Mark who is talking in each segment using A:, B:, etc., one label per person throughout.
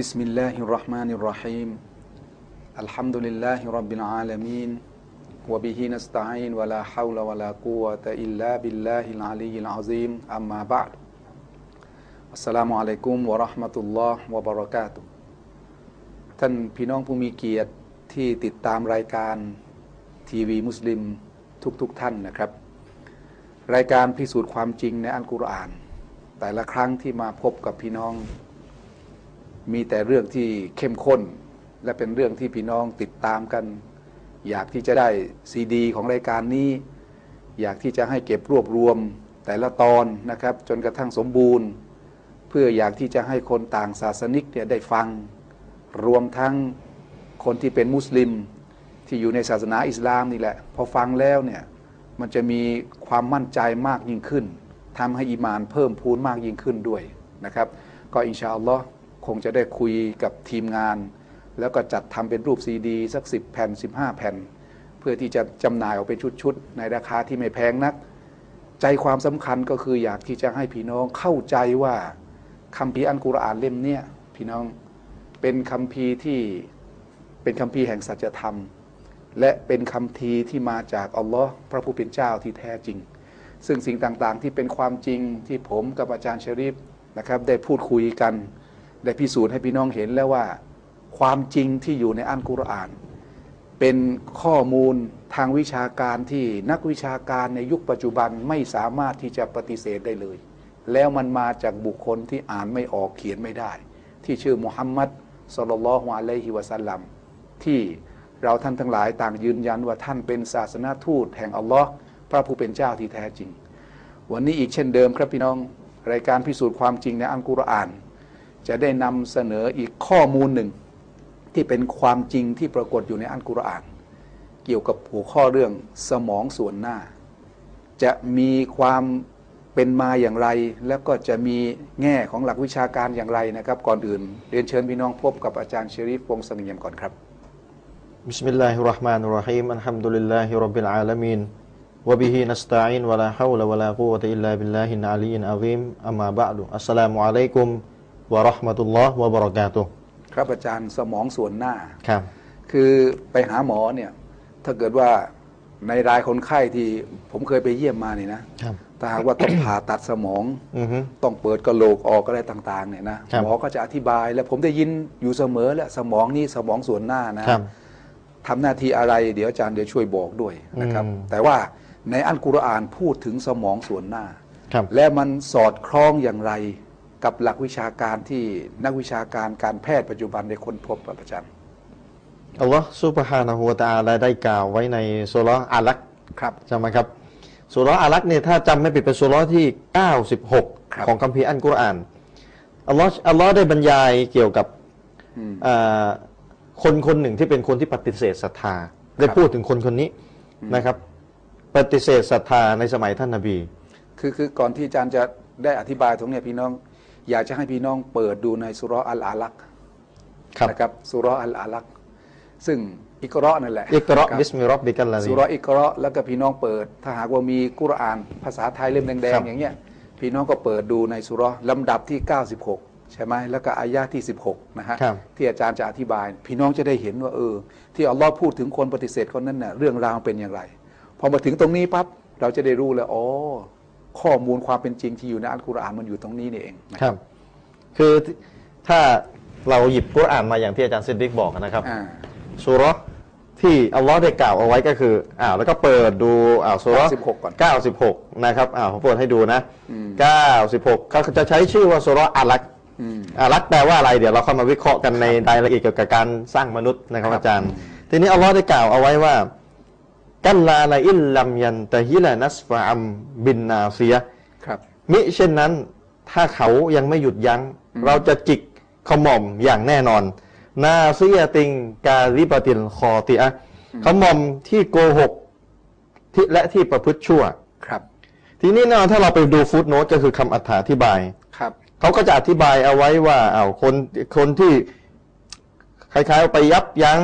A: بسم الله الرحمن الرحيم الحمد لله رب العالمين وبه نستعين ولا حول ولا قوة إلا بالله العلي العظيم أما بعد السلام عليكم ورحمة الله وبركاته ท่านพี่น้องผู้มีเกียรติที่ติดตามรายการทีวีมุสลิมทุกๆทท่านนะครับ รายการพิสูจน์ความจริงในอัลกุรอาน แต่ละครั้งที่มาพบกับพี่น้อง มีแต่เรื่องที่เข้มข้น และเป็นเรื่องที่พี่น้องติดตามกัน อยากที่จะได้ซีดี ของรายการนี้ อยากที่จะให้เก็บรวบรวมแต่ละตอนนะครับ จนกระทั่งสมบูรณ์ เพื่ออยากที่จะให้คนต่างศาสนิกเนี่ยได้ฟัง รวมทั้งคนที่เป็นมุสลิมที่อยู่ในศาสนาอิสลามนี่แหละ พอฟังแล้วเนี่ย มันจะมีความมั่นใจมากยิ่งขึ้นทำให้อีหมานเพิ่มพูนมากยิ่งขึ้นด้วยนะครับ ก็อินชาอัลลอฮ์คงจะได้คุยกับทีมงาน แล้วก็จัดทำเป็นรูปซีดี สัก 10 แผ่น 15 แผ่น เพื่อที่จะจำหน่ายออกเป็นชุดๆ ในราคาที่ไม่แพงนัก ใจความสำคัญก็คืออยากที่จะให้พี่น้องเข้าใจว่าคัมภีร์อันกุรอานเล่มเนี้ยพี่น้องเป็นคัมภีร์ที่เป็นคัมภีร์แห่งสัจธรรม และเป็นคำทีที่มาจากอัลลอฮ์พระผู้เป็นเจ้าที่แท้จริง ซึ่งสิ่งต่างๆ ที่เป็นความจริงที่ผมกับอาจารย์ชริฟนะครับ ได้พูดคุยกัน ได้พิสูจน์ให้พี่น้องเห็นแล้วว่า ความจริงที่อยู่ในอันกุรอาน เป็นข้อมูลทางวิชาการที่นักวิชาการในยุคปัจจุบันไม่สามารถที่จะปฏิเสธได้เลย แล้วมันมาจากบุคคลที่อ่านไม่ออกเขียนไม่ได้ ที่ชื่อมุฮัมมัดสลลัลลอฮุอะลัยฮิวะสัลลัมที่เราท่านทั้งหลายต่างยืนยันว่าท่านเป็นศาสนาทูตแห่งอัลลอฮ์พระผู้เป็นเจ้าที่แท้จริง วันนี้อีกเช่นเดิมครับพี่น้อง รายการพิสูจน์ความจริงในอัลกุรอาน จะได้นำเสนออีกข้อมูลหนึ่ง ที่เป็นความจริงที่ปรากฏอยู่ในอัลกุรอาน เกี่ยวกับหัวข้อเรื่องสมองส่วนหน้า จะมีความเป็นมาอย่างไร แล้วก็จะมีแง่ของหลักวิชาการอย่างไรนะครับ ก่อนอื่น เรียนเชิญพี่น้องพบกับอาจารย์เชริฟวงศ์เสงี่ยมก่อนครับ
B: بسم الله الرحمن الرحيم الحمد لله رب العالمين وبه نستعين ولا حول ولا قوة إلا بالله العلي العظيم أما بعد السلام عليكم ورحمة الله وبركاته
A: ครับอาจารย์สมองส่วนหน้า
B: ครับ
A: คือไปหาหมอเนี่ยถ้าเกิดว่าในรายคนไข้ที่ผมเคยไปเยี่ยมมาเนี่ยนะครับ ถ้าหากว่าต้องผ่าตัดสมอง
B: อือฮึ
A: ต้องเปิดกระโหลกออกอะไรต่างๆเนี่ยนะครับหมอก็จะอธิบายและผมได้ยินอยู่เสมอแหละสมองนี่สมองส่วนหน้านะครับทำหน้าที่อะไรเดี๋ยวอาจารย์เดี๋ยวช่วยบอกด้วยนะครับ
B: อืม
A: แต่ว่าในอัลกุรอานพูดถึงสมองส่วนหน้า
B: ครับ
A: และมันสอดคล้องอย่างไรกับหลักวิชาการที่นักวิชาการการแพทย์ปัจจุบันได้ค้นพบครับอาจารย์
B: อัลลอฮ์ซุบฮานะฮูวะตะอาลาได้กล่าวไว้ในสุเราะห์อาลักษ์
A: ครับ
B: ใช่ไหมครับสุเราะห์อาลักษ์เนี่ยถ้าจำไม่ผิดเป็นสุเราะห์ที่
A: ครับ
B: 96 ของคัมภีร์อันกุรอานอัลลอฮ์อัลลอฮ์ได้บรรยายเกี่ยวกับ
A: อืม
B: อ่าคนคนหนึ่งที่เป็นคนที่ปฏิเสธศรัทธา ได้พูดถึงคนคนนี้นะครับ ปฏิเสธศรัทธาในสมัยท่านนาบี
A: คือคือก่อนที่อาจารย์จะได้อธิบายตรงเนี้ยพี่น้อง อยากจะให้พี่น้องเปิดดูในสุเราะห์อัลอาลักษ์
B: ครับ
A: นะครับสุเราะห์อัลอาลักษ์ซึ่งอิกเราะห์นั่นแหละ
B: อิกเราะห์
A: คบ
B: บิสมิรับบิกัลลาซี
A: สุเราะห์อิกเราะห์แล้วก็พี่น้องเปิด ถ้าหากว่ามีกุรอานภาษาไทยเล่มแด
B: ครั
A: ง
B: บ
A: ๆอย่างเงี้ยพี่น้องก็เปิดดูในสุเราะห์ลำดับที่ 96 ใช่ไหมแล้วก็อายะห์ที่ 16นะฮะ
B: ครับ
A: ที่อาจารย์จะอธิบาย พี่น้องจะได้เห็นว่าเออ ที่อัลลอฮ์พูดถึงคนปฏิเสธคนนั้นน่ะเรื่องราวเป็นอย่างไร พอมาถึงตรงนี้ปั๊บเราจะได้รู้เลยอ๋อข้อมูลความเป็นจริงที่อยู่ในอัลกุรอานมันอยู่ตรงนี้นี่เองนะครับ
B: คือถ้าเราหยิบกุรอานมาอย่างที่อาจารย์ซิดดิกบอกนะครับ
A: อ่า
B: สุเราะห์ที่อัลลอฮ์ได้กล่าวเอาไว้ก็คืออ้าวแล้วก็เปิดดูอ้าวสุเราะห์
A: 96ก่อน
B: 96นะครับอ้าวผมเปิดให้ดูนะ
A: อืม
B: 96เขาจะใช้ชื่อว่าสุเราะห์อาลักษ์
A: อืม
B: อารักแปลว่าอะไรเดี๋ยวเราเข้ามาวิเคราะห์กันในรายละเอียดเกี่ยวกับการสร้างมนุษย์นะครับ
A: ครับ
B: อาจารย์ ทีนี้อัลลอฮ์ได้กล่าวเอาไว้ว่า กัลลาลาอิลลัมยันตะฮิลานัสฟะอัมบินนาเซีย
A: ครับ
B: มิเช่นนั้น ถ้าเขายังไม่หยุดยัง้ง
A: อืม
B: เราจะจิกขมอมอย่างแน่นอน นาเซียติงกาลิบะติลคอติอะขมอมที่โกหกที่และที่ประพฤติชั่ว
A: ครับ
B: ทีนี้แน่นอนถ้าเราไปดูฟุตโนตก็คือคำอธิบาย
A: ครับ
B: เขาก็จะอธิบายเอาไว้ว่าอ้าวคนคนที่คล้ายๆไปยับยั้ง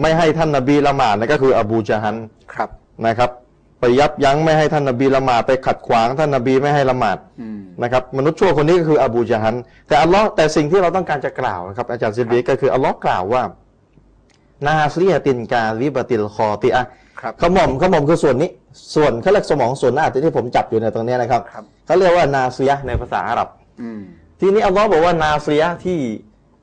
B: ไม่ให้ท่านนบีละหมาดนั่นก็คืออบูจาฮัน
A: ครับ
B: นะครับ ไป ยับยั้งไม่ให้ท่านนบีละหมาดไปขัดขวางท่านนบีไม่ให้ละหมาด
A: อืม
B: นะครับมนุษย์ชั่วคนนี้ก็คืออบูจาฮันแต่อัลลอฮ์แต่สิ่งที่เราต้องการจะกล่าวนะครับอาจารย์ซิดดีกก็คืออัลลอฮ์กล่าวว่านาซียตินกาลิบติลคอติอะ
A: ครับ
B: ขมอมขมอมคือส่วนนี้ ส่วนเขาเรียกสมองส่วนหน้าที่ผมจับอยู่ในยตรงเนี้ยนะครับ
A: ครับ
B: เขาเรียกว่านาซียในภาษาอาหรับ
A: อืม
B: ทีนี้อัลลอฮ์บอกว่านาเซียที่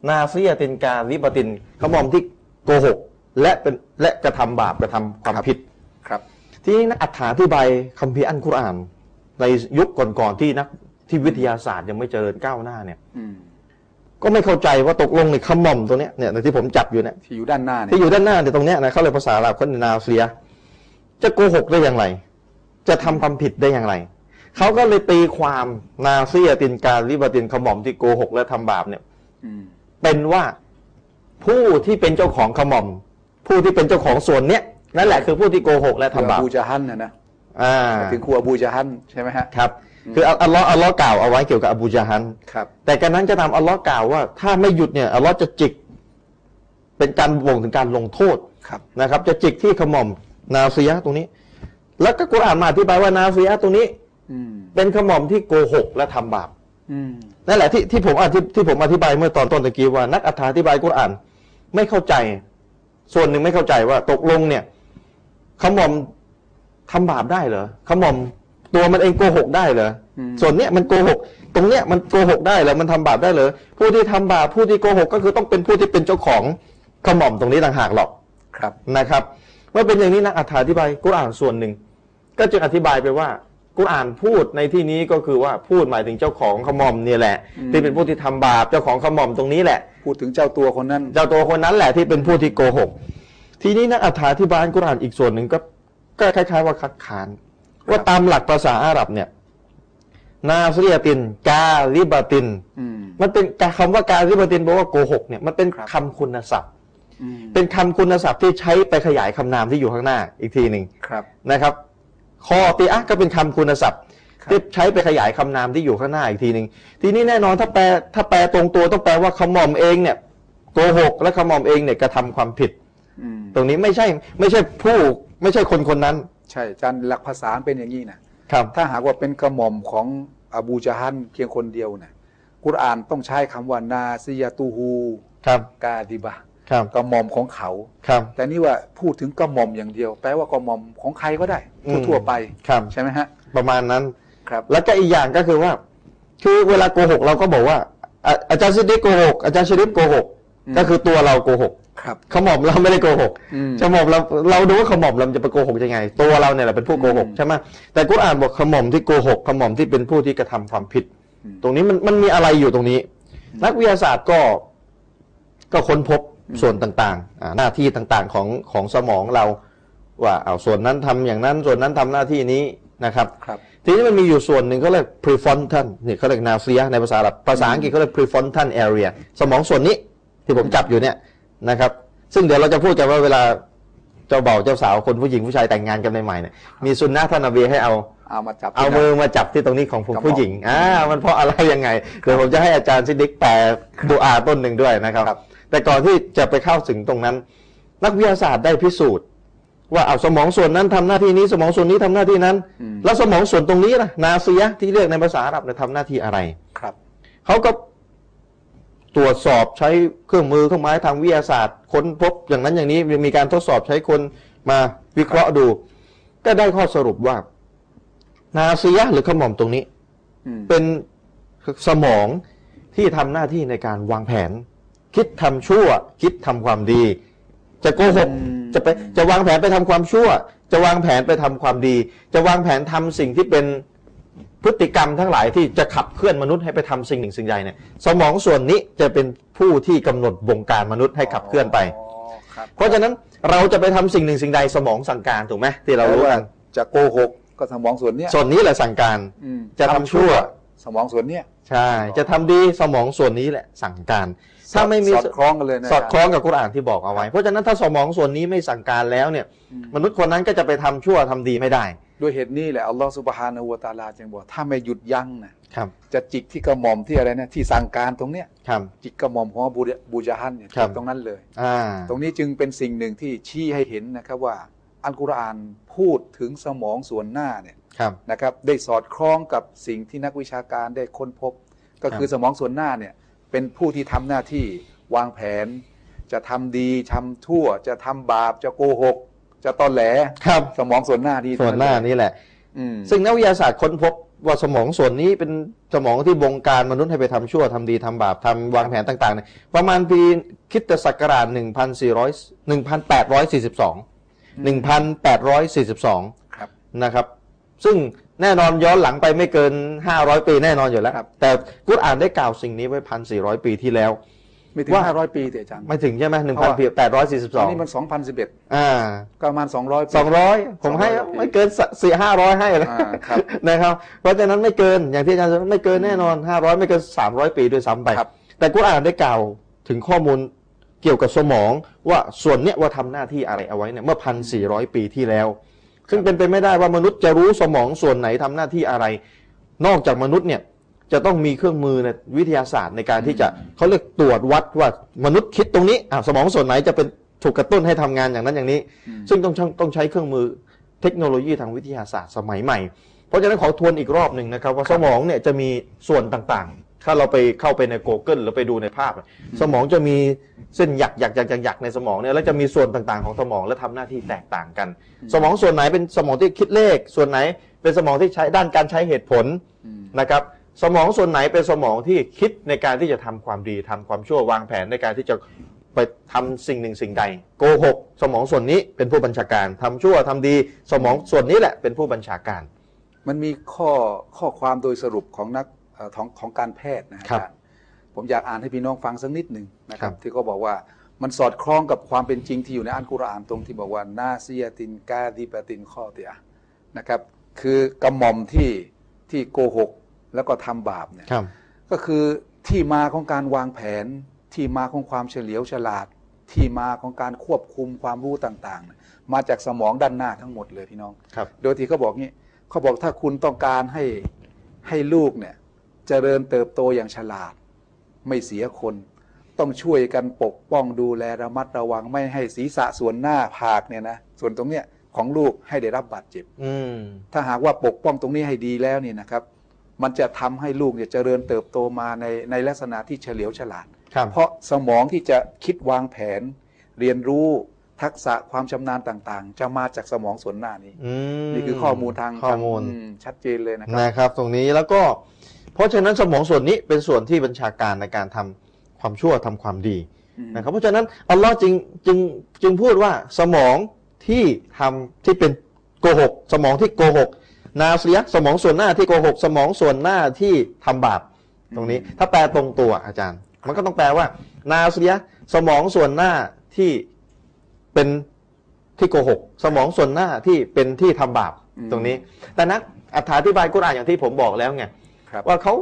B: นาเซียตินกาลิบตินขมอมที่โกหก และเป็นและกระทำบาปกระทำความ
A: ครับ
B: ผิด
A: ครับ
B: ทีนี้นักอธิบายคัมภีร์อันกุรอานในยุคก่อนๆที่นักที่วิทยาศาสตร์ยังไม่เจริญก้าวหน้าเนี่ย
A: อืม
B: ก็ไม่เข้าใจว่าตกลงในขมอมตัวเนี้ยเนี่ยที่ผมจับอยู่เนี่ย
A: ที่อยู่ด้านหน้าเนี่
B: ที่
A: ย
B: อยู่ด้านหน้าเนี่ยตรงเนี้ยนะเขาเลยกภาษาอาหรับเขาเรียกนาเซีย จะโกหกได้อย่างไร จะทำความผิดได้อย่างไรเขาก็เลยตีความนาเซียตินกาลิบตินขมอมที่โกหกและทำบาปเนี่ย
A: อืม
B: เป็นว่าผู้ที่เป็นเจ้าของขมอม ผู้ที่เป็นเจ้าของส่วนเนี้ยนั่นแหละคือผู้ที่โกหกและ
A: คือ
B: ทำบา
A: อ
B: ป
A: บูจาฮันนะนะ
B: อ่า
A: ถึงครูอบูจาฮันใช่ไหมฮะ
B: ครับ คืออัลลอฮ์อัลลอฮ์กล่าวเอาไว้เกี่ยวกับอบูจาฮัน
A: ครับ
B: แต่การนั้นจะทำอัลลอฮ์กล่าวว่า ถ้าไม่หยุดเนี่ยอัลลอฮ์จะจิก เป็นการบ่งถึงการลงโทษ
A: ครับ
B: นะครับ จะจิกที่ขมอมนาซียะห์ตรงนี้ แล้วก็กุรอานมาอธิบายว่านาซียะห์ตรงนี้
A: อืม
B: เป็นขมอมที่โกหกและทำบาป
A: อืม
B: นั่นแหละที่ที่ผมอธิที่ผมอธิบายเมื่อตอนต้นตะกี้ว่านักอธิบายกุรอานไม่เข้าใจ ส่วนหนึ่งไม่เข้าใจว่าตกลงเนี่ยขมอมทำบาปได้เหรอขมอมตัวมันเองโกหกได้เหรออส่วนเนี้ยมันโกหก ตรงเนี้ยมันโกหกได้เหรอมันทำบาปได้เหรอผู้ที่ทำบาปผู้ที่โกหก ก็คือต้องเป็นผู้ที่เป็นเจ้าของขมอมตรงนี้ต่างหากหรอก
A: ครับ
B: นะครับเมื่อเป็นอย่างนี้นักอธิบายกุรอานส่วนหนึ่ง ก็จึงอธิบายไปว่ากุรอานพูดในที่นี้ก็คือว่าพูดหมายถึงเจ้าของขมอมเนี่ยแหละ ที่เป็นผู้ที่ทำบาปเจ้าของขมอมตรงนี้แหละ
A: พูดถึงเจ้าตัวคนนั้น
B: เจ้าตัวคนนั้นแหละที่เป็นผู้ที่โกหก ทีนี้นักอธิบายกุรอานอีกส่วนหนึ่งก็ก็คล้าย ๆ ว่าคัดค้านว่าตามหลักภาษาอาหรับเนี่ยนาซเรียตินกาลิบาติน
A: อืม
B: มันเป็นการคำว่ากาลิบาตินแปลว่าโกหกเนี่ยมันเป็น
A: ครับ
B: คำคุณศัพท์
A: อืม
B: เป็นคำคุณศัพท์ที่ใช้ไปขยายคำนามที่อยู่ข้างหน้าอีกทีหนึ่ง
A: ครับ
B: นะครับ คอติอะก็เป็นคำคุณศัพท์
A: ครับ
B: ที่ใช้ไปขยายคำนามที่อยู่ข้างหน้าอีกทีหนึ่งทีนี้แน่นอนถ้าแปลถ้าแปลตรงตัวต้องแปลว่าขมอมเองเนี่ยโกหกและขมอมเองเนี่ยกระทำความผิด
A: อืม
B: ตรงนี้ไม่ใช่ไม่ใช่ผู้ไม่ใช่คนคนนั้น
A: ใช่อาจารย์หลักภาษาเป็นอย่างนี้นะครับ ถ้าหากว่าเป็นกระหม่อมของอบูจาฮันเพียงคนเดียวนะกุรอานต้องใช้คำว่านาซียาตูฮู
B: ครับ
A: กาดิบะ
B: ครับ
A: กระหม่อมของเขา
B: ครับ
A: แต่นี่ว่าพูดถึงกระหม่อมอย่างเดียว แปลว่ากระหม่อมของใครก็ได้
B: อืม
A: ทั่วๆไป
B: ครับ
A: ใช่ไหมฮะ
B: ประมาณนั้น
A: ครับ
B: แล้วก็อีกอย่างก็คือว่า คือเวลาโกหกเราก็บอกว่าอ่ะอาจารย์ซิดดิกโกหกอาจารย์ชริฟโกหก
A: อืม
B: ก็คือตัวเราโกหก
A: ครับ
B: ขมอมเราไม่ได้โกหก
A: อืม
B: ขมอมเราเราดูว่าขมอมเราจะไปโกหกยังไง ตัวเราเนี่ยแหละเป็นผู้โกหก
A: อืม
B: ใช่ไหมแต่กุรอานบอกขมอมที่โกหกขมอมที่เป็นผู้ที่กระทำความผิด
A: อืม
B: ตรงนี้มันมันมีอะไรอยู่ตรงนี้ นักวิทยาศาสตร์ก็ก็ค้นพบส่วนต่างๆอ่าหน้าที่ต่างๆของของสมองเรา ว่าเอาส่วนนั้นทำอย่างนั้นส่วนนั้นทำหน้าที่นี้นะครับ
A: ครับ
B: ทีนี้มันมีอยู่ส่วนหนึ่งเขาเรียก prefrontal นี่เขาเรียกนาเซียในภาษาอาหรับภาษาอังกฤษเขาเรียก prefrontal area สมองส่วนนี้ที่ผมจับอยู่เนี่ยนะครับ ซึ่งเดี๋ยวเราจะพูดกันว่าเวลาเจ้าเบ่าวเจ้าสาวคนผู้หญิงผู้ชายแต่งงานกันใหม่ๆเนี่ยมีสุนนะท่านนบีให้เอา
A: เอามาจับ
B: เอา
A: ที่หน้
B: มือมาจับที่ตรงนี้ของผม
A: กระหม่อม
B: ผู้หญิงอ่ามันเพราะอะไรยังไงเดี๋ยวผมจะให้อาจารย์ซิดดิกแปลดูอาต้นหนึ่งด้วยนะครับ
A: ครับ
B: แต่ก่อนที่จะไปเข้าถึงตรงนั้น นักวิทยาศาสตร์ได้พิสูจน์ ว่าเอาสมองส่วนนั้นทำหน้าที่นี้สมองส่วนนี้ทำหน้าที่นั้น
A: อืม
B: แล้วสมองส่วนตรงนี้ล่ะนาซียะห์ที่เรียกในภาษาอาหรับเนี่ยทำหน้าที่อะไร
A: ครับ
B: เขาก็ตรวจสอบใช้เครื่องมือเครื่องไม้ทางวิทยาศาสตร์ค้นพบอย่างนั้นอย่างนี้มีการทดสอบใช้คนมาวิเคราะห์ดู ก็ได้ข้อสรุปว่า นาซียะห์หรือขมอมตรงนี้
A: อืม
B: เป็นสมองที่ทำหน้าที่ในการวางแผน คิดทำชั่ว คิดทำความดี จะโกหก
A: อืม
B: จะไปจะวางแผนไปทำความชั่ว จะวางแผนไปทำความดี จะวางแผนทำสิ่งที่เป็นพฤติกรรมทั้งหลายที่จะขับเคลื่อนมนุษย์ให้ไปทำสิ่งหนึ่งสิ่งใดเนี่ยสมองส่วนนี้จะเป็นผู้ที่กำหนดบงการมนุษย์ให้ขับเคลื่อนไป
A: อ๋อครับ
B: เพราะฉะนั้นเราจะไปทำสิ่งหนึ่งสิ่งใดสมองสั่งการถูกไหมที่เรารู้กัน
A: จะโกหกก็สมองส่วนเนี้ย
B: ส่วนนี้แหละสั่งการ
A: อืม
B: จะทำชั่ว
A: สมองส่วนเนี้ย
B: ใช่ จะทำดีสมองส่วนนี้แหละสั่งการ ถ้าไม่มี
A: สอดคล้องกันเลยนะ
B: สอดคล้องกับกุรอานที่บอกเอาไว้ เพราะฉะนั้นถ้าสมองส่วนนี้ไม่สั่งการแล้วเนี่ย มนุษย์คนนั้นก็จะไปทำชั่วทำดีไม่ได้
A: ด้วยเหตุนี้แหละอัลลอฮฺสุบฮานาหัวะตะอาลาจึงบอกถ้าไม่หยุดยั้งนะครับ จะจิกที่กระหม่อมที่อะไรนะที่สั่งการตรงเนี้ย
B: ครับ
A: จิกกระหม่อมของบูบูจาฮันเนี่ย
B: ครับ
A: จิกตรงนั้นเลย
B: อ่า
A: ตรงนี้จึงเป็นสิ่งหนึ่งที่ชี้ให้เห็นนะครับว่า อัลกุรอานพูดถึงสมองส่วนหน้าเนี่ย
B: ครับ
A: นะครับได้สอดคล้องกับสิ่งที่นักวิชาการได้ค้นพบ ก็คือสมองส่วนหน้าเนี่ยเป็นผู้ที่ทำหน้าที่วางแผน จะทำดีทำทั่ว จะทำบาปจะโกหก จะตอนแหล
B: ครับ
A: สมองส่วนหน้าดี
B: ส่วนหน้านี่แหละ
A: อืม
B: ซึ่งนักวิทยาศาสตร์ค้นพบว่าสมองส่วนนี้เป็นสมองที่บงการมนุษย์ให้ไปทำชั่วทำดีทำบาปทำวางแผนต่างๆเนี่ยประมาณปีคริดศักราช1,400 1,842 1,842
A: ครับ
B: นะครับ ซึ่งแน่นอนย้อนหลังไปไม่เกิน 500 ปีแน่นอนอยู่แล้ว
A: ครับ
B: แต่กุรอานได้กล่าวสิ่งนี้ไว้ 1,400 ปีที่แล้ว
A: ไม่ถึง
B: ว่า
A: ห้าร้อยปีเตอาจารย์
B: ไม่ถึงใช่ไหม
A: เพราะว่า ตอนนี้
B: 1,842
A: มันสองพันสิบเอ็ด
B: อ่า
A: ประมาณสองร้อยปี
B: สองร้อยผมให้
A: 200
B: ไม่เกินสี่ห้าร้อยให้แล้ว
A: อ่าครับ
B: นะครับ เพราะฉะนั้นไม่เกินอย่างที่อาจารย์สอนไม่เกินแน่นอนห้าร้อยไม่เกินสามร้อยปีด้วยซ้ำไป
A: ครับ
B: แต่กูอ่านได้กล่าวถึงข้อมูลเกี่ยวกับสมองว่าส่วนเนี้ยว่าทำหน้าที่อะไรเอาไว้เนี่ยเมื่อพันสี่ร้อยปีที่แล้ว ซึ่งเป็นไปไม่ได้ว่ามนุษย์จะรู้สมองส่วนไหนทำหน้าที่อะไร นอกจากมนุษย์เนี่ยจะต้องมีเครื่องมือในวิทยาศาสตร์ในการที่จะเขาเรียกตรวจวัดว่ามนุษย์คิดตรงนี้อ่ะสมองส่วนไหนจะเป็นถูกกระตุ้นให้ทำงานอย่างนั้นอย่างนี้
A: อืม
B: ซึ่งต้องใช้ต้องใช้เครื่องมือเทคโนโลยีทางวิทยาศาสตร์สมัยใหม่ เพราะฉะนั้นขอทวนอีกรอบหนึ่งนะครับ ว่าสมองเนี่ยจะมีส่วนต่างๆ ถ้าเราไปเข้าไปใน Google หรือไปดูในภาพเนี่ยสมองจะมีเส้นหยักหยักหยักหยักหยักในสมองเนี่ยแล้วจะมีส่วนต่างๆของสมองและทำหน้าที่แตกต่างกัน สมองส่วนไหนเป็นสมองที่คิดเลข ส่วนไหนเป็นสมองที่ใช้ด้านการใช้เหตุผล
A: อืม
B: นะครับ สมองส่วนไหนเป็นสมองที่คิดในการที่จะทำความดีทำความชั่ววางแผนในการที่จะไปทำสิ่งหนึ่งสิ่งใดโกหกสมองส่วนนี้เป็นผู้บัญชาการทำชั่วทำดี สมองส่วนนี้แหละเป็นผู้บัญชาการ
A: มันมีข้อข้อความโดยสรุปของนักเอ่อของของการแพทย์นะฮะ
B: ครับ
A: อาจารย์ผมอยากอ่านให้พี่น้องฟังสักนิดหนึ่งนะครั
B: ครับ บ
A: ที่ก็บอกว่ามันสอดคล้องกับความเป็นจริงที่อยู่ในอัลกุรอานตรงที่บอกว่านาซียตินกาดิปะตินข้อเตียนะครับ คือกระหม่อมที่ที่โกหก แล้วก็ทำบาปเนี่ย
B: ครับ
A: ก็คือที่มาของการวางแผน ที่มาของความเฉลียวฉลาด ที่มาของการควบคุมความรู้ต่างๆเนี่ยมาจากสมองด้านหน้าทั้งหมดเลยพี่น้อง
B: ครับ
A: โดยที่เขาบอกงี้เขาบอกถ้าคุณต้องการให้ให้ลูกเนี่ยเจริญเติบโตอย่างฉลาด ไม่เสียคน ต้องช่วยกันปกป้องดูแลระมัดระวังไม่ให้ศีรษะส่วนหน้าผากเนี่ยนะส่วนตรงเนี้ยของลูกให้ได้รับบาดเจ็บ
B: อืม
A: ถ้าหากว่าปกป้องตรงนี้ให้ดีแล้วเนี่ยนะครับ มันจะทำให้ลูกเนี่ยเจริญเติบโตมาในในลักษณะที่เฉลียวฉลาด
B: ครับ
A: เพราะสมองที่จะคิดวางแผน เรียนรู้ทักษะความชำนาญต่างๆ จะมาจากสมองส่วนหน้านี้
B: อืม
A: นี่คือข้อมูลทาง
B: ข้อมูล
A: ทางอืชัดเจนเลยนะครับ
B: นะครับตรงนี้แล้วก็เพราะฉะนั้นสมองส่วนนี้เป็นส่วนที่บัญชาการในการทำความชั่วทำความดี
A: อืม
B: นะครับเพราะฉะนั้นอัลลอฮ์จึงจึงจึงพูดว่าสมองที่ทำที่เป็นโกหก สมองที่โกหก นาซียะสมองส่วนหน้าที่โกหก สมองส่วนหน้าที่ทำบาปตรงนี้ ถ้าแปลตรงตัวอาจารย์ มันก็ต้องแปลว่า นาซียะสมองส่วนหน้าที่เป็นที่โกหก สมองส่วนหน้าที่เป็นที่ทำบาป
A: อืม
B: ตรงนี้ แต่นักอธิบายกุรอานอย่างที่ผมบอกแล้วไง
A: ครับ
B: ว่าเขา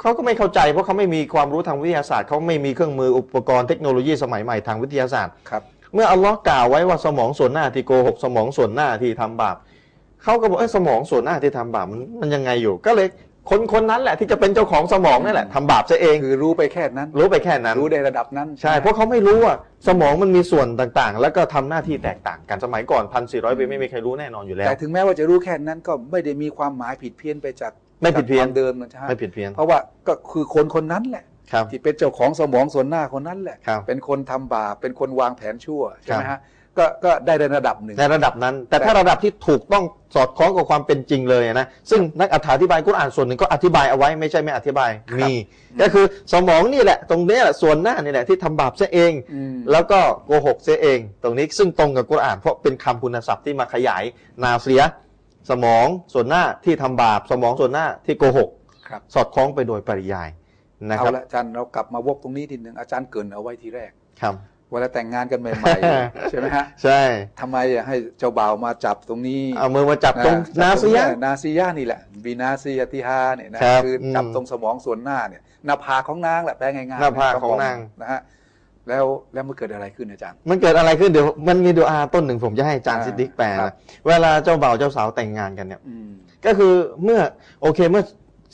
B: เขาก็ไม่เข้าใจเพราะเขาไม่มีความรู้ทางวิทยาศาสตร์เขาไม่มีเครื่องมืออุปกรณ์เทคโนโลยีสมัยใหม่ทางวิทยาศาสตร์
A: ครับ
B: เมื่ออัลลอฮ์กล่าวไว้ว่าสมองส่วนหน้าที่โกหกสมองส่วนหน้าที่ทำบาปเขาก็บอกเอ้ยสมองส่วนหน้าที่ทำบาปมันมันยังไงอยู่ ก็เลยคนคนนั้นแหละที่จะเป็นเจ้าของสมองนั่นแหละทำบาปซะเอง
A: คือรู้ไปแค่นั้น
B: รู้ไปแค่นั้น
A: รู้ในระดับนั้น
B: ใช่ เพราะเขาไม่รู้ว่าสมองมันมีส่วนต่างๆ แล้วก็ทำหน้าที่แตกต่างกันสมัยก่อนพันสี่ร้อยปีไม่มีใครรู้แน่นอนอยู่แล้ว
A: แต่ถึงแม้ว่าจะรู้แค่นั้นก็ไม่ได้มีความหมายผิดเพี้ยนไปจาก
B: ไม่ผิดเพี้ยน
A: จากความเดิมนะใช่
B: ไม่ผิดเพี้ยน
A: เพราะว่าก็คือคนคนนั้นแหละ
B: ครับ
A: ที่เป็นเจ้าของสมองส่วนหน้าคนนั้นแหละ
B: ครับ
A: เป็นคนทำบาปเป็นคนวางแผนชั่วใช่ไหม
B: ครั
A: ฮะ
B: บ
A: ก็ก็ได้ในระดับหนึ่ง
B: ในระดับนั้น แต่
A: แต่
B: ถ้าระดับที่ถูกต้องสอดคล้องกับความเป็นจริงเลยนะซึ่งนักอธิบายกุรอานส่วนหนึ่งก็อธิบายเอาไว้ไม่ใช่ไม่อธิบายมีก็คือสมองนี่แหละ ตรงเนี้ยแหละส่วนหน้านี่แหละที่ทำบาปเสียเอง
A: อืม
B: แล้วก็โกหกเสียเอง ตรงนี้ซึ่งตรงกับกุรอานเพราะเป็นคำคุณศัพท์ที่มาขยายนาเสีย สมองส่วนหน้าที่ทำบาป สมองส่วนหน้าที่โกหก
A: ครับ
B: สอดคล้องไปโดยปริยายนะ
A: เอา
B: ครับ
A: ละอาจารย์เรากลับมาวกตรงนี้ทีหนึ่งอาจารย์เกรินเอาไว้ทีแรก
B: ครับ
A: เวลาแต่งงานกันใหม่ๆ ใช่ไหมฮะ
B: ใช่
A: ทำไมอ่ะให้เจ้าบ่าวมาจับตรงนี้
B: เอามือมาจับตรงนาเสีย
A: นาซียะนี่แหละบีนาซียะติฮาเนี่ยนะครับ คือจับ
B: อืม
A: ตรงสมองส่วนหน้าเนี่ยหน้าผากของนางแหละแปลง่ายๆ
B: หน้าผากของนาง
A: นะฮะแล้วแล้วมันเกิดอะไรขึ้นอาจารย์
B: มันเกิดอะไรขึ้นเดี๋ยวมันมีดูอาต้นหนึ่งผมจะให้อาจารย์
A: อ่า
B: ซิดดิกแปล
A: ครับ
B: นะเวลาเจ้าบ่าวเจ้าสาวแต่งงานกันเนี่ย
A: อืม
B: ก็คือเมื่อโอเคเมื่อ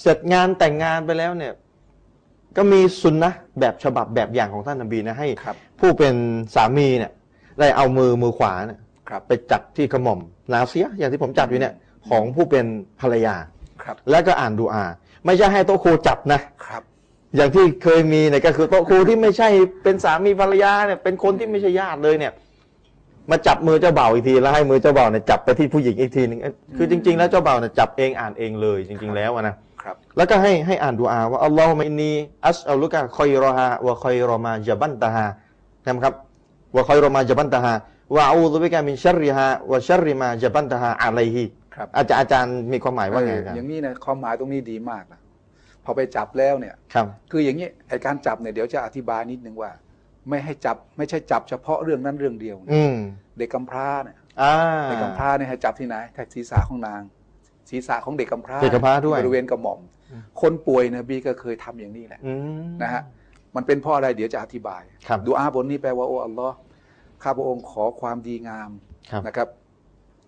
B: เสร็จงานแต่งงานไปแล้วเนี่ยก็มีสุนนะห์แบบฉบับแบบอย่างของท่านนบีนะให้
A: ครับ
B: ผู้เป็นสามีเนี่ยได้เอามือมือขวาเนี่ย
A: ครับ
B: ไปจับที่กระหม่อมนาเซียอย่างที่ผมจับอยู่เนี่ยของผู้เป็นภรรยา
A: ครับ
B: แล้วก็อ่านดูอา ไม่ใช่ให้โต๊ะครูจับนะ
A: ครับ
B: อย่างที่เคยมีเนี่ยก็คือโต๊ะครูที่ไม่ใช่เป็นสามีภรรยาเนี่ยเป็นคนที่ไม่ใช่ญาติเลยเนี่ย มาจับมือเจ้าบ่าวอีกทีแล้วให้มือเจ้าบ่าวเนี่ยจับไปที่ผู้หญิงอีกทีหนึงเอ้ยคือจริง ๆ แล้วเจ้าบ่าวเนี่ยจับเองอ่านเองเลยจริง ๆ แล้วอะนะ
A: ครับ
B: แล้วก็ให้ให้อ่านดูอาว่าอัลลอฮุมะอินนีอัสอัลลุกะคอยรอฮาวะคอยรอมาจะบันตาฮานะครับวะคอยรอมาจะบันตาฮาวะอูซุบิกะมินชัรริฮาวะชัรริมาจะบันตาฮาอะลัยฮิ
A: ครับ
B: อาจารย์อาจารย์มีความหมายว่าไง
A: เออ
B: ครับ
A: อย่างนี้นะความหมายตรงนี้ดีมากนะพอไปจับแล้วเนี่ย
B: ครับ
A: คืออย่างนี้ไอการจับเนี่ยเดี๋ยวจะอธิบายนิดนึงว่า ไม่ให้จับไม่ใช่จับเฉพาะเรื่องนั้นเรื่องเดียวนะ
B: อืม
A: เด็กกำพร้าเนี่ย
B: อ่า
A: เด็กกำพร้าเนี่ยให้จับที่ไหนที่ศีรษะของนาง ศีรษะของเด็กกำพร้า
B: เด็กกำพร้าด้วย
A: บริเวณกระหม่อม คนป่วยเนยบีก็เคยทำอย่างนี้แหละ
B: อืม
A: นะฮะมันเป็นเพราะอะไรเดี๋ยวจะอธิบาย
B: ครับ
A: ดูอาบนนี้แปลว่าโอ้อัลลอฮ์ข้าพระองค์ขอความดีงาม
B: ครับ
A: นะครับ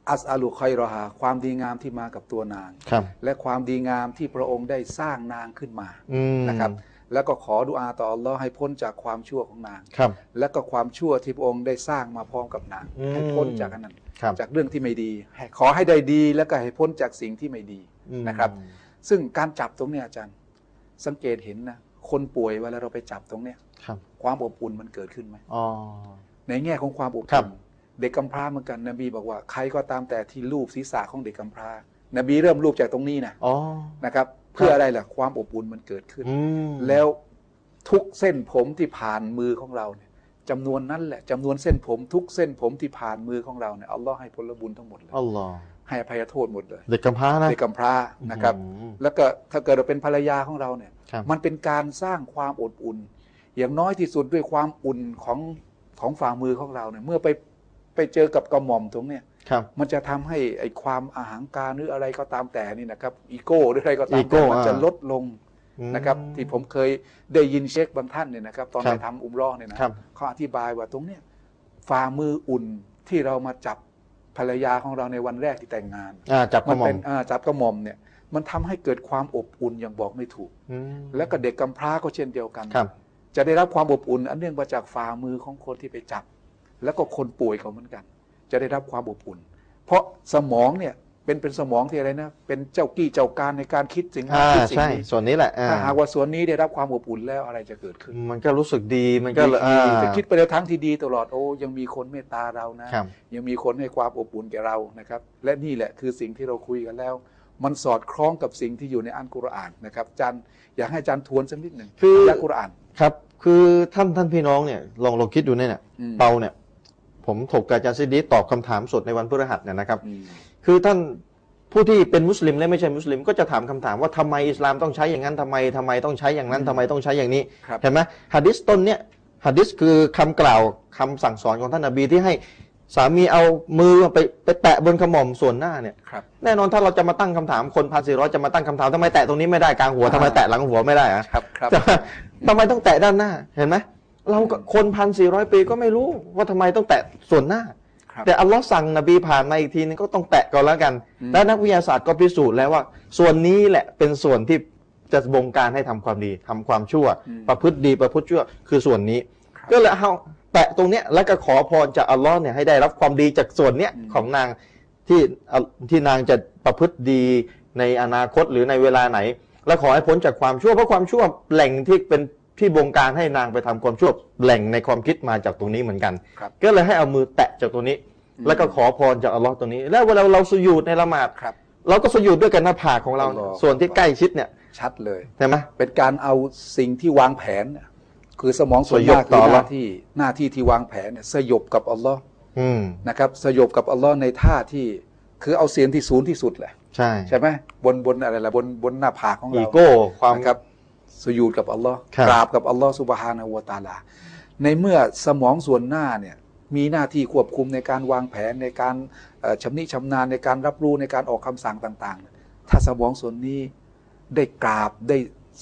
A: อัสอาลุคอยรอฮาความดีงามที่มากับตัวนาง
B: ครับ
A: และความดีงามที่พระองค์ได้สร้างนางขึ้นมา
B: อืม
A: นะครับ แล้วก็ขอดุอาต่ออัลลอฮ์ให้พ้นจากความชั่วของนาง
B: ครับ
A: และก็ความชั่วที่พระองค์ได้สร้างมาพร้อมกับนาง
B: อืม
A: ให้พ้นจากอันนั้น
B: ครับ
A: จากเรื่องที่ไม่ดีให้ขอให้ได้ดี และก็ให้พ้นจากสิ่งที่ไม่ดี
B: อืม
A: นะครับ ซึ่งการจับตรงเนี้ยอาจารย์ สังเกตเห็นนะคนป่วยเวลาเราไปจับตรงเนี้ย
B: ครับ
A: ความอบอุ่นมันเกิดขึ้นไหม
B: อ๋อ
A: ในแง่ของความอบ
B: ครั
A: อุ่
B: บ
A: นเด็กกำพร้าเหมือนกันนบีบอกว่าใครก็ตามแต่ที่รูปศีรษะของเด็กกำพร้านบีเริ่มรูปจากตรงนี้นะ
B: อ๋อ
A: นะครับ เพื่ออะไรล่ะความอบอุ่นมันเกิดขึ้น
B: อืม
A: แล้วทุกเส้นผมที่ผ่านมือของเราเนี่ยจำนวนนั้นแหละจำนวนเส้นผมทุกเส้นผมที่ผ่านมือของเราเนี่ยอัลลอฮ์ให้ผลบุญทั้งหมดเลย
B: อัลลอฮ์
A: ให้อภัยโทษหมดเลย
B: เด็กกำพร้านะ
A: เด็กกำพร้านะครับ
B: อืม
A: แล้วก็ถ้าเกิดเราเป็นภรรยาของเราเนี่ย
B: ครับ
A: มันเป็นการสร้างความอบอุ่น อย่างน้อยที่สุดด้วยความอุ่นของของฝ่ามือของเราเนี่ย เมื่อไปไปเจอกับกระหม่อมตรงเนี่ย
B: ครับ
A: มันจะทำให้ไอความอาหางการหรืออะไรก็ตามแต่นี่นะครับ อีโก้หรืออะไรก็ตาม
B: อีโก้
A: แต่มันจะ
B: อ่า
A: ลดลง
B: อืม
A: นะครับ ที่ผมเคยได้ยินเช็คบางท่านเนี่ยนะครับ ตอน
B: ครั
A: ไป
B: บ
A: ทำอุมเร้อเนี่ยนะครับ เขาอธิบายว่าตรงเนี่ยฝ่ามืออุ่นที่เรามาจับภรรยาของเราในวันแรกที่แต่งงาน
B: อ่าจับก
A: มั
B: ระ
A: น
B: หม่อ
A: เป็
B: ม
A: นอ่าจับกระหม่อมเนี่ย มันทำให้เกิดความอบอุ่นอย่างบอกไม่ถูก
B: อืม
A: และก็เด็กกำพร้าก็เช่นเดียวกัน
B: ครับ
A: จะได้รับความอบอุ่น อันเนื่องมาจากฝ่ามือของคนที่ไปจับ แล้วก็คนป่วยก็เหมือนกัน จะได้รับความอบอุ่น เพราะสมองเนี่ยเป็นเป็นสมองที่อะไรนะเป็นเจ้ากี้เจ้าการในการคิดสิ่งนั้
B: อ่าน
A: คิดสิ่ง
B: ใช่
A: นี้
B: ส่วนนี้แหละอ่า
A: ถ้าหากว่าส่วนนี้ได้รับความอบอุ่นแล้วอะไรจะเกิดขึ้น
B: มันก็รู้สึกดีมันก็เลยอ่า
A: ดีๆจะคิดไปในทางที่ดีตลอดโอ้ยังมีคนเมตตาเรานะ
B: ครับ
A: ยังมีคนให้ความอบอุ่นแก่เรานะครับ และนี่แหละคือสิ่งที่เราคุยกันแล้ว มันสอดคล้องกับสิ่งที่อยู่ในอันกุรอานนะครับอาจารย์อยากให้อาจารย์ทวนสักนิดหนึ่ง
B: คือ
A: และกุรอาน
B: ครับ คือท่านท่านพี่น้องเนี่ยลองลองคิดดูเนี่ยเนี่ย
A: อืม
B: เปาเนี่ย ผมถกกับอาจารย์ซิดดีตอบคำถามสดในวันพฤหัสเนี่ยนะครับ
A: อืม
B: คือท่านผู้ที่เป็นมุสลิมและไม่ใช่มุสลิม ก็จะถามคำถามว่าทำไมอิสลามต้องใช้อย่างนั้นทำไมทำไมต้องใช้อย่างนั้นทำไมต้องใช้อย่างนี้
A: ครับ
B: เห็นไหมฮะดิษต้นเนี่ยฮะดิษคือคำกล่าวคำสั่งสอนของท่านนบีที่ให้สามีเอามือไปไปแตะบนขมอมส่วนหน้าเนี่ย
A: ครับ
B: แน่นอนถ้าเราจะมาตั้งคำถามคนพันสี่ร้อยจะมาตั้งคำถามทำไมแตะตรงนี้ไม่ได้กลางหัวทำไมแตะหลังหัวไม่ได้อะ
A: ครับครับ
B: แต่ว่าทำไมต้องแตะด้านหน้าเห็นไหมเราก็คนพันสี่ร้อยปีก็ไม่รู้ว่าทำไมต้องแตะส่วนหน้า
A: ครับ
B: แต่อัลลอฮ์สั่งนบีผ่านมาอีกทีนึงก็ต้องแตะก่อนแล้วกัน
A: อืม
B: และนักวิทยาศาสตร์ก็พิสูจน์แล้วว่า ส่วนนี้แหละเป็นส่วนที่จะบงการให้ทำความดีทำความชั่ว ประพฤติดีประพฤติชั่วคือส่วนนี้
A: ครับ
B: ก็เลยเอาแตะตรงเนี้ยแล้วก็ขอพรจากอัลลอฮ์เนี่ยให้ได้รับความดีจากส่วนเนี้ย
A: อืม
B: ของนางที่อัลที่นางจะประพฤติดีในอนาคตหรือในเวลาไหน และขอให้พ้นจากความชั่วเพราะความชั่วแหล่งที่เป็นที่บงการให้นางไปทำความชั่วแหล่งในความคิดมาจากตรงนี้เหมือนกัน
A: ครับ
B: ก็เลยให้เอามือแตะจากตรงนี้
A: อืม
B: แล้วก็ขอพรจากอัลลอฮ์ตรงนี้ แล้วเวลาเราสุญูดในละหมาด
A: ครับ
B: เราก็สุญูดด้วยกันหน้าผากของเราเนี่ย
A: อัลลอฮ์
B: ส่วนที่ใกล้ชิดเนี่ย
A: ชัดเลย
B: ใช่ไหม
A: เป็นการเอาสิ่งที่วางแผนน่ะคือสมองส่วน
B: สยบ
A: มากคื
B: ต่
A: อ อ
B: อัล
A: ห
B: ลอ
A: น้า
B: ฮ์
A: ที่หน้าที่ที่วางแผนเนี่ยสยบกับอัลลอฮ์
B: อืม
A: นะครับ สยบกับอัลลอฮ์ในท่าที่คือเอาเสียงที่สูงที่สุดแหละ
B: ใช่
A: ใช่ไหมบนบนอะไรล่ะบนบนหน้าผากของ
B: อี
A: เรา
B: โก้ความ
A: นะครับสยูดกับอัลลอฮ์
B: ครับ
A: กราบกับอัลลอฮ์สุบฮานาหัวะตะอาลา ในเมื่อสมองส่วนหน้าเนี่ยมีหน้าที่ควบคุมในการวางแผนในการเอ่อชำนิชำนาญในการรับรู้ในการออกคำสั่งต่างๆ ถ้าสมองส่วนนี้ได้กราบได้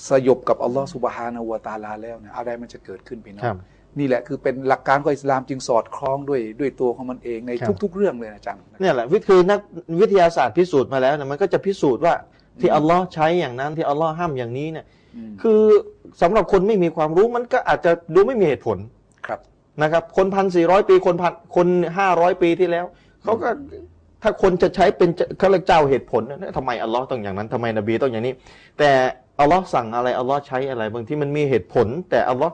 A: สยบกับอัลลอฮ์สุบฮานาหัวะตะอาลาแล้วเนี่ยอะไรมันจะเกิดขึ้นพี่น้อ
B: ครั
A: ง
B: บ
A: นี่แหละคือเป็นหลักการของอิสลามจึงสอดคล้องด้วยด้วยตัวของมันเองใน
B: ครับ
A: ทุก ๆ เรื่องเลยนะอาจารย์
B: เนี่ยแหละวิคือนักวิทยาศาสตร์พิสูจน์มาแล้วเนี่ยมันก็จะพิสูจน์ว่าที่
A: อืม
B: อัลลอฮ์ใช้อย่างนั้นที่อัลลอฮ์ห้ามอย่างนี้เนี่ย
A: อืม
B: คือสำหรับคนไม่มีความรู้มันก็อาจจะดูไม่มีเหตุผล
A: ครับ
B: นะครับคนพันสี่ร้อยปีคนพันคนห้าร้อยปีที่แล้ว เขาก็ถ้าคนจะใช้เป็นเจเขาเรียกเจ้าเหตุผลนะทำไมอัลลอฮ์ต้องอย่างนั้นทำไมนบีต้องอย่างนี้ แต่อัลลอฮ์สั่งอะไรอัลลอฮ์ใช้อะไรบางที่มันมีเหตุผล แต่อัลลอฮ์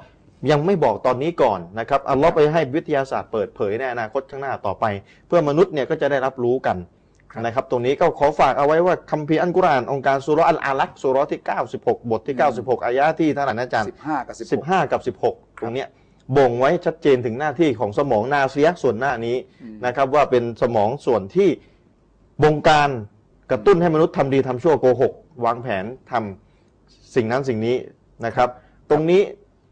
B: ยังไม่บอกตอนนี้ก่อนนะครับอัลลอฮ์ไปให้วิทยาศาสตร์เปิดเผยในอนาคตข้างหน้าต่อไป เพื่อมนุษย์เนี่ยก็จะได้รับรู้กันนะครับ ตรงนี้ก็ขอฝากเอาไว้ว่าคัมภีร์อัลกุรอานองค์การสุเราะห์อัลอาลักษ์สุเราะห์ที่ 96 บทที่ 96 อายะที่ท่านอาจารย์
A: สิบห้ากับสิบหก
B: 15 กับ 16 ตรงเนี้ยบ่งไว้ชัดเจนถึงหน้าที่ของสมองนาเซียส่วนหน้านี้
A: อืม
B: นะครับว่าเป็นสมองส่วนที่บงการกระตุ้นให้มนุษย์ทำดีทำชั่วโกหก วางแผนทำสิ่งนั้นสิ่งนี้นะครับ ตรงนี้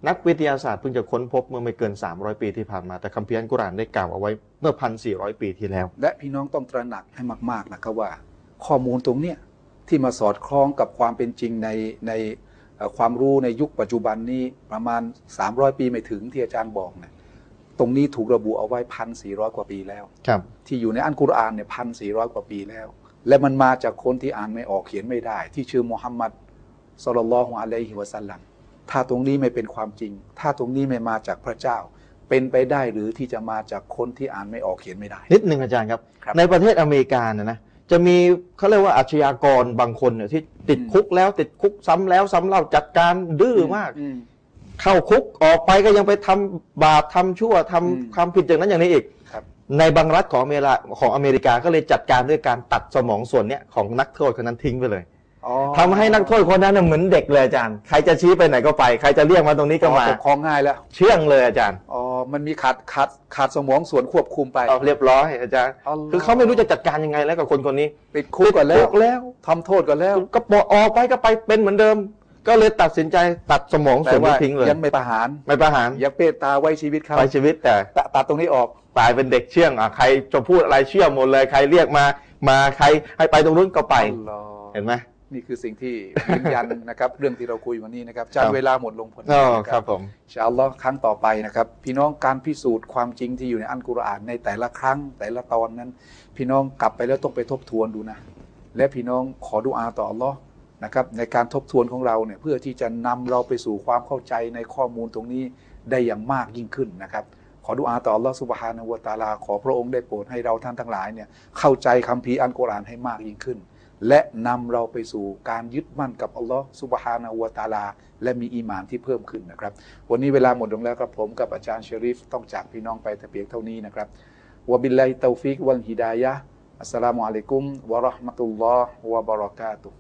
B: นักวิทยาศาสตร์เพิ่งจะค้นพบเมื่อไม่เกิน 300 ปีที่ผ่านมาแต่คัมภีร์อัลกุรอานได้กล่าวเอาไว้เมื่อ 1,400 ปีที่แล้ว
A: และพี่น้องต้องตระหนักให้มาก ๆ นะครับว่า ข้อมูลตรงเนี้ยที่มาสอดคล้องกับความเป็นจริงในในเอ่อความรู้ในยุคปัจจุบันนี้ประมาณ 300 ปีไม่ถึงที่อาจารย์บอกเนี่ยตรงนี้ถูกระบุเอาไว้พันสี่ร้อยกว่าปีแล้ว
B: ครับ
A: ที่อยู่ในอันกุรอานเนี่ยพันสี่ร้อยกว่าปีแล้ว และมันมาจากคนที่อ่านไม่ออกเขียนไม่ได้ ที่ชื่อมูฮัมมัดสลลัลลอฮุอะลัยฮิวะสัลลัมถ้าตรงนี้ไม่เป็นความจริง ถ้าตรงนี้ไม่มาจากพระเจ้า เป็นไปได้หรือที่จะมาจากคนที่อ่านไม่ออกเขียนไม่ได้
B: นิดหนึ่งอาจารย์ครับ
A: ครับ
B: ในประเทศอเมริกาเนี่ยนะจะมีเขาเรียกว่าอาชญากรบางคนเนี่ยที่ติด
A: อืม
B: คุกแล้วติดคุกซ้ำแล้วซ้ำเล่าจัดการดื้อมาก
A: อืม
B: เข้าคุกออกไปก็ยังไปทำบาปทำชั่วทำ
A: อืม
B: ความผิดอย่างนั้นอย่างนี้อีก
A: ครับ
B: ในบางรัฐของอเมริกาของอเมริกาก็เลยจัดการด้วยการตัดสมองส่วนเนี้ยของนักโทษคนนั้นทิ้งไปเลย
A: อ๋อ
B: ทำให้นักโทษคนนั้นน่ะเหมือนเด็กเลยอาจารย์ใครจะชี้ไปไหนก็ไปใครจะเรียกมาตรงนี้ก็มา
A: ปกครองง่ายแล้ว
B: เชื่องเลยอาจารย์
A: อ๋อ มันมีขาดขาดขาดสมองส่วนควบคุมไป
B: เอาเรียบร้อยอาจารย์
A: อัลลอฮ์
B: คือเขาไม่รู้จะจัดการยังไงแล้วกับคนคนนี้
A: ติดคุกก่อนแล้
B: ติด
A: ว
B: คุกแล้ว
A: ทำโทษก่อนแล้ว
B: ก็ปลดออกไปก็ไปเป็นเหมือนเดิม ก็เลยตัดสินใจตัดสมองส่
A: แต่
B: วน
A: ว่า
B: นี้ทิ้งเลย
A: ยังไม่ประหาร
B: ไม่ประหาร
A: ยังเปตตาไว้ชีวิตเขา
B: ไปชีวิตแต่
A: ตะตัดตรงนี้ออก
B: ตายเป็นเด็กเชื่องอ่ะใครจะพูดอะไรเชื่อหมดเลยใครเรียกมา มาใครให้ไปตรงนู้นก็ไป
A: อัลลอฮ์
B: เห็นไหม
A: นี่คือสิ่งที่ยืนยัน นะครับเรื่องที่เราคุยวันนี้นะครับจาก
B: ครับ
A: เวลาหมดลงพอดี
B: อ๋อ
A: นะครับ
B: ผม
A: อินชาอัลลอฮ์ครั้งต่อไปนะครับ พี่น้องการพิสูจน์ความจริงที่อยู่ในอัลกุรอานในแต่ละครั้งแต่ละตอนนั้น พี่น้องกลับไปแล้วต้องไปทบทวนดูนะ และพี่น้องขอดุอาต่ออัลลอฮ์นะครับในการทบทวนของเราเนี่ยเพื่อที่จะนำเราไปสู่ความเข้าใจในข้อมูลตรงนี้ได้อย่างมากยิ่งขึ้นนะครับ ขอดุอาต่ออัลลอฮ์สุบฮานาวะตะอาลา ขอพระองค์ได้โปรดให้เราท่านทั้งหลายเนี่ยเข้าใจคัมภีร์อัลกุรอานให้มากยิ่งขึ้น และนำเราไปสู่การยึดมั่นกับอัลลอฮ์สุบฮานาวะตะอาลา และมีอีหมานที่เพิ่มขึ้นนะครับ วันนี้เวลาหมดลงแล้วครับผมกับอาจารย์ชริฟต้องจากพี่น้องไปแต่เพียงเท่านี้นะครับ وبالله التوفيق والهداية السلام عليكم ورحمة الله وبركاته